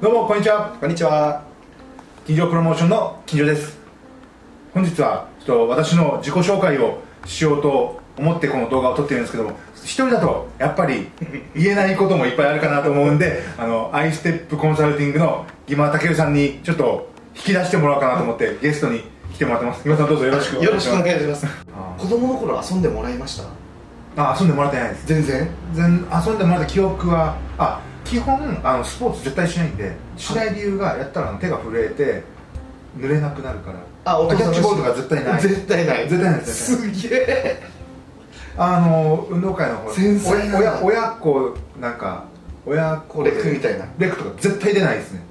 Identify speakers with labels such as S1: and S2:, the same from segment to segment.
S1: どうもこんにちは
S2: こんにちは。
S1: 金城プロモーションの金城です本日はちょっと私の自己紹介をしようと思ってこの動画を撮ってるんですけども一人だとやっぱり言えないこともいっぱいあるかなと思うんであのアイステップコンサルティングのギマタケルさんにちょっと引き出してもらおうかなと思ってゲストに来てもらってますギマさんどうぞよろしくお願
S2: よろ
S1: い
S2: し
S1: し
S2: くお
S1: ます
S2: 願いします。子供の頃遊んでもらいました。
S1: あ遊んでもらってないです
S2: 全然。
S1: 全遊んでもらった記憶はあ基本あのスポーツ絶対しないんでしない理由がやったらあの手が震えて濡れなくなるから
S2: あ、お父
S1: キャ
S2: さん
S1: ッ
S2: の
S1: チボールとか絶対ない
S2: 絶対ない。
S1: 絶対ない絶
S2: すげえ。
S1: あの運動会の方
S2: 繊細だな
S1: 親親親子なんか親子で
S2: レクみたいな
S1: レクとか絶対出ないですね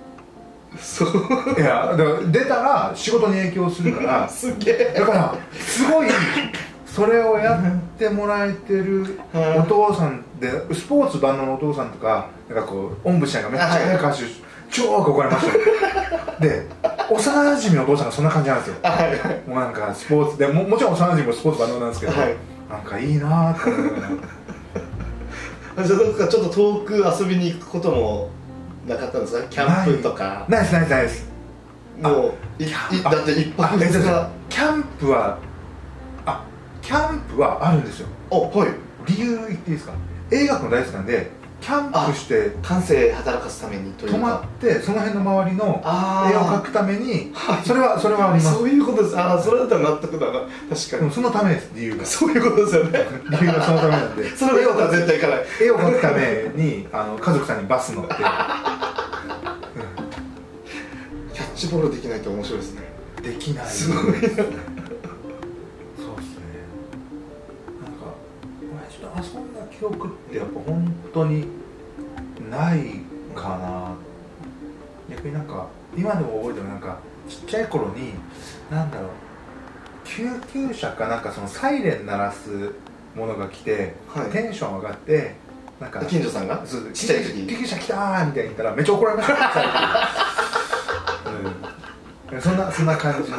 S2: そう。
S1: いやだから出たら仕事に影響するか ら
S2: すげえ。
S1: だからすごいそれをやってもらえてる
S2: うん
S1: お父さんでスポーツ万能のお父さんとかなんかこうおんぶしながらめっちゃ速い歌手、超憧れましたで幼馴染のお父さんがそんな感じなんですよ
S2: はいはい。
S1: もうなんかスポーツでももちろん幼馴染もスポーツ万能なんですけど、
S2: はい
S1: なんかいいなーって思いながら
S2: あじゃあどっかちょっと遠く遊びに行くこともなかったんですか？キャンプとか。
S1: ないですないですないですない
S2: もういい
S1: あ
S2: だって一泊
S1: あえ
S2: 二
S1: じゃあ
S2: 日。
S1: キャンプはあキャンプはあるんですよ
S2: おはい。
S1: 理由言っていいですか映画も大好きなんでキャンプして
S2: 感性働かすためにという
S1: 泊
S2: か。
S1: まってその辺の周りの
S2: あー
S1: 絵を描くためにそれはそれはあります
S2: そういうことです。あー、それだったら納得だな。確か
S1: でも
S2: に。
S1: そのためです理由が
S2: そういうことですよね。
S1: 理由がそのためなんで
S2: それだっ たら絶対行かない。
S1: 絵を描くためにあの家族さんにバス乗って
S2: キャッチボールできないと面白いですね
S1: できない
S2: すごい
S1: そうですねなんか親父と遊んだ記憶ってやっぱ本当にないかな逆になんか今でも覚えてるなんかちっちゃい頃になんだろう救急車かなんかそのサイレン鳴らすものが来て、
S2: はい
S1: テンション上がってなんか
S2: 近所さんが
S1: そう
S2: ちっちゃい時
S1: 救
S2: に
S1: 急車来たーみたいに言った らめっちゃ怒られました、うん、そんなそんな感じの